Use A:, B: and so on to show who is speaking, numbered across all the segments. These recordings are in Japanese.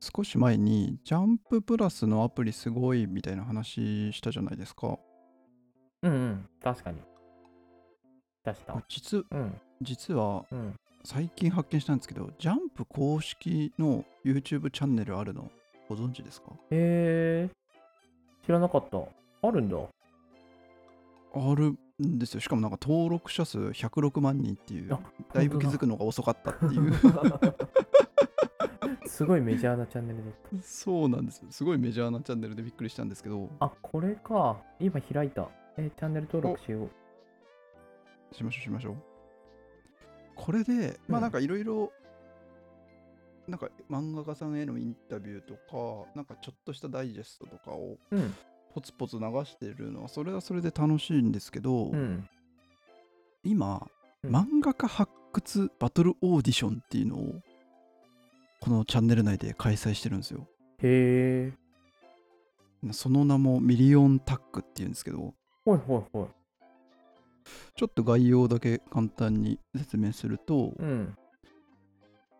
A: 少し前に、ジャンププラスのアプリすごいみたいな話したじゃないですか。
B: うんうん、確かに。出した
A: あ。実
B: うん、
A: 実は、
B: うん。
A: 最近発見したんですけど、ジャンプ公式の YouTube チャンネルあるの、ご存知ですか
B: へえー、知らなかった。あるん だ。
A: あるんですよ。しかもなんか登録者数106万人っていう
B: あ、
A: だいぶ気づ
B: 本
A: くのが遅かったっていう。
B: すごいメジャーなチャンネルだっ
A: そうなんですよ。すごいメジャーなチャンネルでびっくりしたんですけど、
B: た。あ、これか。今開いた。えーチャンネル登録しよう。
A: しましょうしましょう。これで、ま
B: う
A: あ
B: ん
A: なんかいろいろ、なんか漫画家さんへのインタビューとか、なんかちょっとしたダイジェストとかを
B: うん、
A: ポツポツ流してるのは、それはそれで楽しいんですけど、
B: うん。
A: 今、
B: うん
A: 漫画家発掘バトルオーディションっていうのを、このチャンネル内で開催してるんですよ。
B: へえ。
A: その名もミリオンタックっていうんですけど、
B: ほいほいほい。
A: ちょっと概要だけ簡単に説明すると、
B: うん、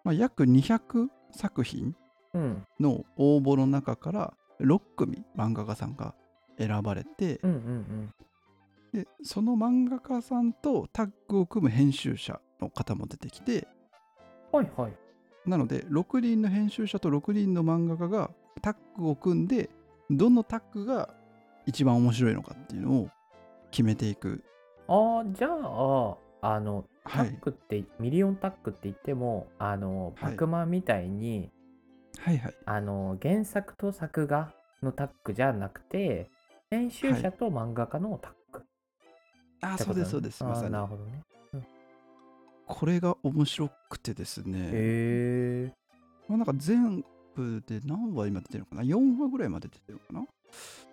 A: まあ、約200作品
B: うん、
A: の応募の中から6組漫画家さんが選ばれて
B: うん、う、ん、
A: でその漫画家さんとタッグを組む編集者の方も出てきて
B: うん。はいはい。
A: なので6人の編集者と6人の漫画家がタッグを組んでどのタッグが一番面白いのかっていうのを決めていく
B: あーじゃあ、あの、タ
A: はい
B: ックって、ミリオンタックって言っても、あの、
A: は
B: バ
A: い
B: クマンみたいに、
A: はいはい
B: あの、原作と作画のタックじゃなくて、編集
A: は
B: 者と漫画家のタックって
A: あ
B: こと
A: そうですそうです
B: ね
A: まさ
B: あー
A: に
B: なるほどね。
A: これが面白くてですね
B: へえ。
A: まあ、なんか全部で何話今出てるのかな ?4 話ぐらいまで出てるのかな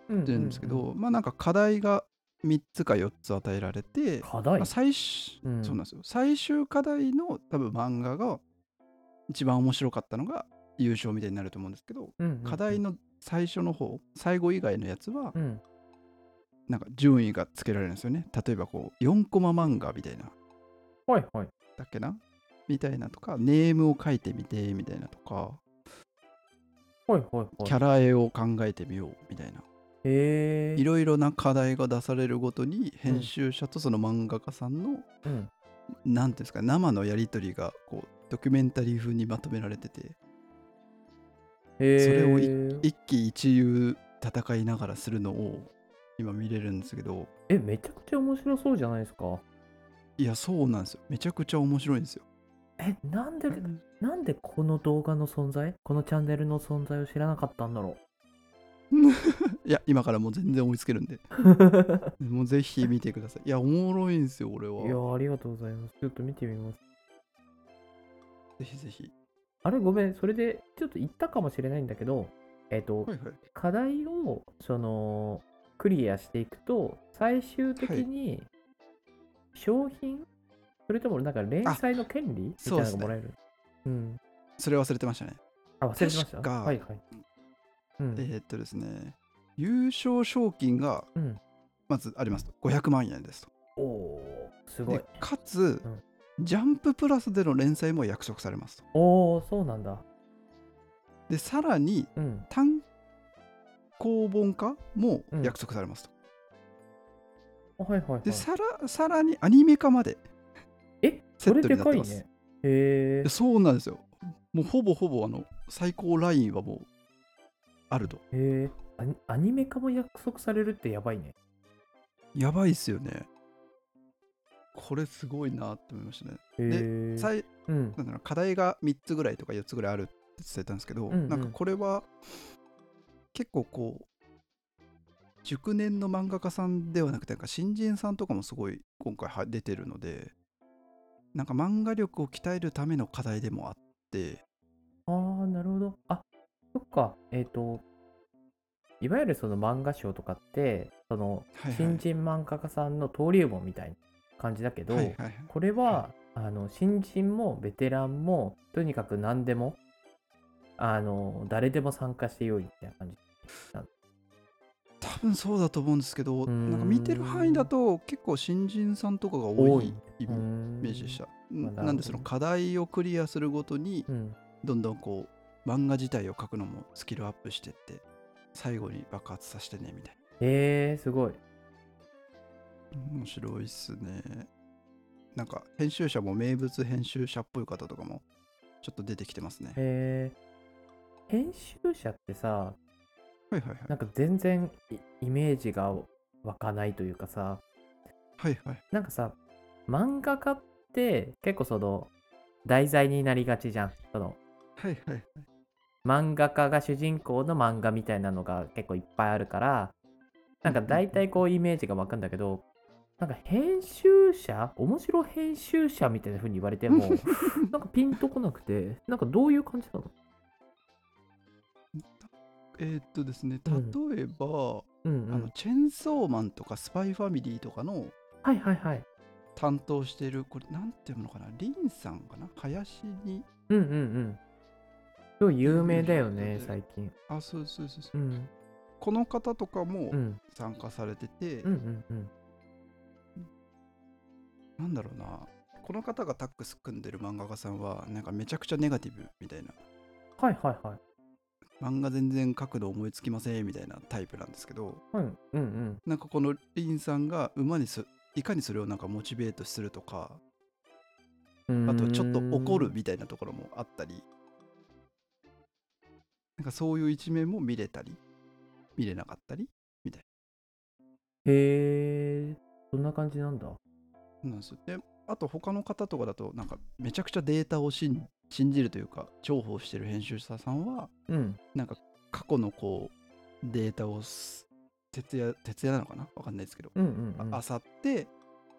B: うん
A: 出てるんですけど、、まあなんか課題が3つか4つ与えられて、
B: 課題
A: まあ、最終
B: うん
A: そうなんですよ最終課題の多分漫画が一番面白かったのが優勝みたいになると思うんですけど、課題
B: の、
A: の最初の方最後以外のやつは
B: うん、
A: なんか順位がつけられるんですよね例えばこう4コマ漫画みたいな
B: はいはい。
A: だっけなみたいなとかネームを書いてみてみたいなとか
B: はいはいはい。
A: キャラ絵を考えてみようみたいな
B: へえ。
A: いろいろな課題が出されるごとに編集者とその漫画家さんの
B: うん。
A: 何ていうんですか生のやり取りがこうドキュメンタリー風にまとめられてて
B: へえ。
A: それを一喜一憂戦いながらするのを今見れるんですけど
B: え、めちゃくちゃ面白そうじゃないですか。
A: いやそうなんですよめちゃくちゃ面白いんですよ
B: え、なんで、なんでこの動画の存在このチャンネルの存在を知らなかったんだろ
A: いや今からもう全然追いつけるん で
B: う。
A: もうぜひ見てくださいいやおもろいんですよ俺
B: いや
A: は
B: ー、ありがとうございます。ちょっと見てみます。
A: ぜひぜひ
B: あれ、ごめん、それで、ちょっと言ったかもしれないんだけど、えっ、
A: は
B: と、
A: いはい
B: 課題を、その、クリアしていくと、最終的に、商品、それともなんか連載の権利みたいなのがもらえる。うん。
A: それ忘れてましたね
B: あ、忘れてました。
A: 確か
B: はいはい。うん。
A: えーっとですね優勝賞金が
B: うん、
A: まずありますと500万円ですと
B: おおー、すごい
A: で。かつ、
B: うん
A: ジャンププラスでの連載も約束されますと
B: おお、そうなんだ。
A: でさらに
B: うん。
A: 単行本化も約束されますと、
B: あはいはい、はい。
A: でさらさらにアニメ化まで
B: え、
A: セ
B: そ
A: ッ
B: れ
A: トに
B: で
A: なっ
B: か
A: て
B: い
A: ます
B: ね。へえ
A: で。そうなんですよもうほぼほぼあの最高ラインはもうあると
B: へえ。アニアニメ化も約束されるってやばいね。
A: やばいっすよねこれすごいなって思いましたね、
B: へえ。
A: さい
B: うん。
A: なんだろう課題が3つぐらいとか4つぐらいあるって伝えたんですけど、
B: うんうん
A: なんかこれは結構こう熟年の漫画家さんではなくてなんか新人さんとかもすごい今回は出てるのでなんか漫画力を鍛えるための課題でもあって
B: ああ、なるほど。あ、そっか。えっ、と、いわゆるその漫画賞とかって、その
A: はいはい
B: 新人漫画家さんの登竜門みたいな感じだけど、
A: はいはいはい
B: これは、あの新人もベテランもとにかく何でもあの誰でも参加してよいみたいな感じ
A: 多分そうだと思うんですけど
B: ーん
A: なんか見てる範囲だと結構新人さんとかが多いイメイメージでしたた
B: まあなるほどね
A: なんでその課題をクリアするごとに
B: うん
A: どんどんこう漫画自体を描くのもスキルアップしてって最後に爆発させてねみたい
B: えー、すごい。
A: な面白いっすねなんか編集者も名物編集者っぽい方とかもちょっと出てきてますね
B: えー、編集者ってさ、
A: はいはいはい
B: なんか全然イイメージが湧かないというかさ、
A: はいはい
B: なんかさ、漫画家って結構その題材になりがちじゃん。その
A: はいはい
B: 漫画家が主人公の漫画みたいなのが結構いっぱいあるからなんか大体こうイメージが湧くんだけどなんか編集者面白編集者みたいな風に言われて もなんかピンとこなくてなんかどういう感じなの
A: えーっとですね
B: う
A: 例
B: ん
A: えば、
B: うんう
A: あの
B: ん
A: チェンソーマンとかスパイファミリーとかの
B: はいはいはい
A: 担当してるこれなんていうのかなリンさんかな林に
B: うんうんうんすごい有名だよ
A: 有名
B: ね
A: だ
B: 最近
A: あそうそうそうそう
B: うん
A: この方とかも
B: うん
A: 参加されてて、
B: うんうんうん
A: なんだろうなこの方がタッグス組んでる漫画家さんはなんかめちゃくちゃネガティブみたいな
B: はいはいはい
A: 漫画全然書くの思いつきませんみたいなタイプなんですけど
B: うんうんうん
A: なんかこのリンさんが馬にすいかにそれをなんかモチベートするとか
B: うーん
A: あとちょっと怒るみたいなところもあったりなんかそういう一面も見れたり見れなかったり
B: へえそんな感じなんだ
A: なんですよであと他の方とかだとなんかめちゃくちゃデータを信信じるというか重宝してる編集者さんは
B: うん
A: なんか過去のこうデータをす徹夜徹夜なのかなわかんないですけど
B: うんうんうん、
A: あさって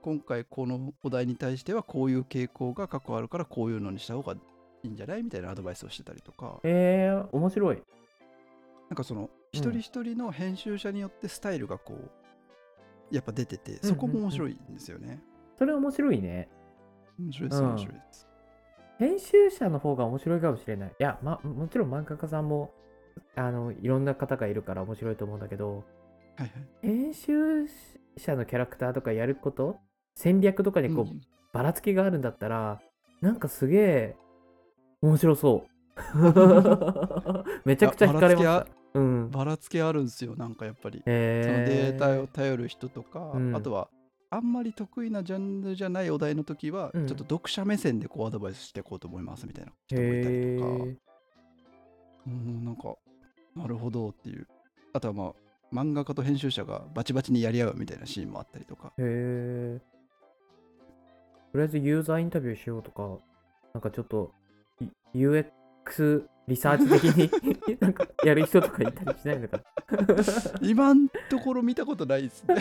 A: 今回このお題に対してはこういう傾向が過去あるからこういうのにした方がいいんじゃないみたいなアドバイスをしてたりとか
B: えー、面白い。
A: なんかその
B: うん
A: 一人一人の編集者によってスタイルがこうやっぱ出ててそこも面白いんですよね。
B: それ面白いね。
A: 面白いです
B: うん
A: 面白いです。
B: 編集者の方が面白いかもしれない。いや、ま、もちろん漫画家さんもあのいろんな方がいるから面白いと思うんだけど、
A: はいはい
B: 編集者のキャラクターとかやること、戦略とかにこう、
A: うん
B: ばらつきがあるんだったら、なんかすげえ面 白そう。めちゃくちゃ惹かれま
A: いやばら
B: し
A: つ
B: た。うん。
A: ばらつきあるんですよなんかやっぱり。
B: えー、
A: そのデータを頼る人とか、
B: うん
A: あとはあんまり得意なジャンルじゃないお題の時は、
B: うん
A: ちょっと読者目線でこうアドバイスしていこうと思いますみたいな人もいたりとか。
B: へー
A: うん、なんか、なるほどっていう。あとはまあ、漫画家と編集者がバチバチにやり合うみたいなシーンもあったりと か。
B: へえ。とりあえずユーザーインタビューしようとか、なんかちょっとい UX リサーチ的 になんかやる人とかいたりしないのか
A: 今んところ見たことないですね。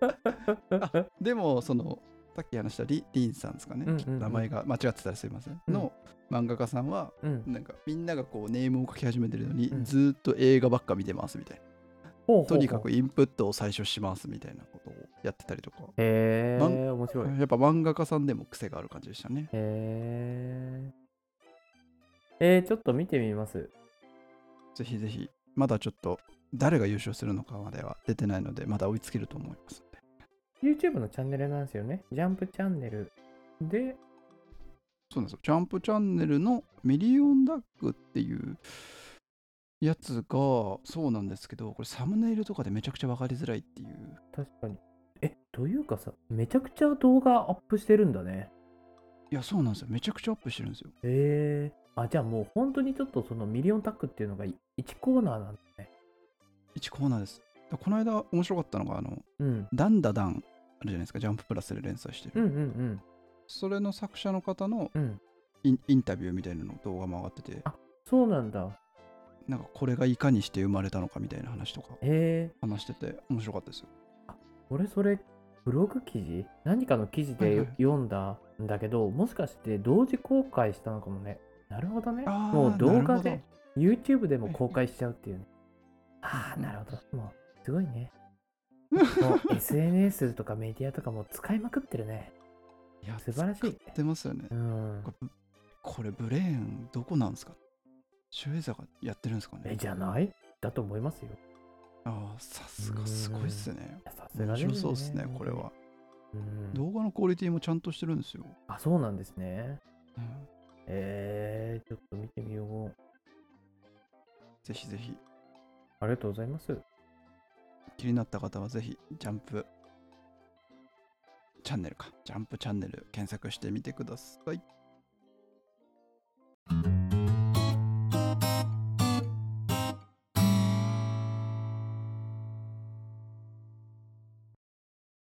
B: な。
A: でも、その、さっき話したリリンさんですかね、
B: うんうんうん
A: きっと名前が間違ってたらすいません。
B: うん
A: の漫画家さんは、
B: うん、
A: なんかみんながこうネームを書き始めてるのに、
B: うん
A: ずーっと映画ばっか見てますみたいな。
B: ほうほうほう
A: とにかくインプットを最初しますみたいなことをやってたりとか。
B: へえ、
A: ま
B: 面白い。へ
A: やっぱ漫画家さんでも癖がある感じでしたね。
B: え。えー、ちょっと見てみます。
A: ぜひぜひ、まだちょっと誰が優勝するのかまでは出てないので、まだ追いつけると思いますので。
B: YouTube のチャンネルなんですよね。ジャンプチャンネルで、
A: そうなんですよ。ジャンプチャンネルのミリオンダッグっていうやつが、そうなんですけど、これサムネイルとかでめちゃくちゃ分かりづらいっていう。
B: 確かに。え、というかさ、めちゃくちゃ動画アップしてるんだね。
A: いや、そうなんですよ。めちゃくちゃアップしてるんですよ。
B: えー、あじゃあもう本当にちょっとそのミリオンタックっていうのが1コーナーなんだね。
A: 1コーナーです。だこの間面白かったのが、あの、
B: うん。
A: ダンダダンあるじゃないですか、ジャンププラスで連載してる。
B: うんうん
A: それの作者の方の
B: うん。うん。
A: インインタビューみたいなの動画も上がってて、
B: そうなんだ。
A: なんかこれがいかにして生まれたのかみたいな話とか
B: えー、
A: 話してて面白かったですよ。
B: 俺それブログ記事何かの記事
A: はいは
B: で
A: い
B: 読んだんだけど、もしかして同時公開したのかもね。なるほどね。
A: あー
B: もう動
A: な
B: 画
A: る
B: で YouTube でも公開しちゃうっていうね。ああ、なるほど。もうすごいね。も う SNS とかメディアとかもう使いまくってるね。
A: いや
B: 素晴らしい
A: 使ってますよね。
B: うん。
A: これぶこれブレーンどこなんですか主演者がやってるんですか
B: え、
A: ね
B: じゃないだと思いますよ。
A: ああ、さすがすごいっすね。
B: さすが
A: 面
B: ですね。
A: 白そうっすね、これは。
B: うん。
A: 動画のクオリティもちゃんとしてるんですよ。
B: あ、そうなんですね。
A: うん
B: えー、ちょっと見てみよう。
A: ぜひぜひ
B: ありがとうございます。
A: 気になった方はぜひジャンプチャンネルかジャンプチャンネル検索してみてください。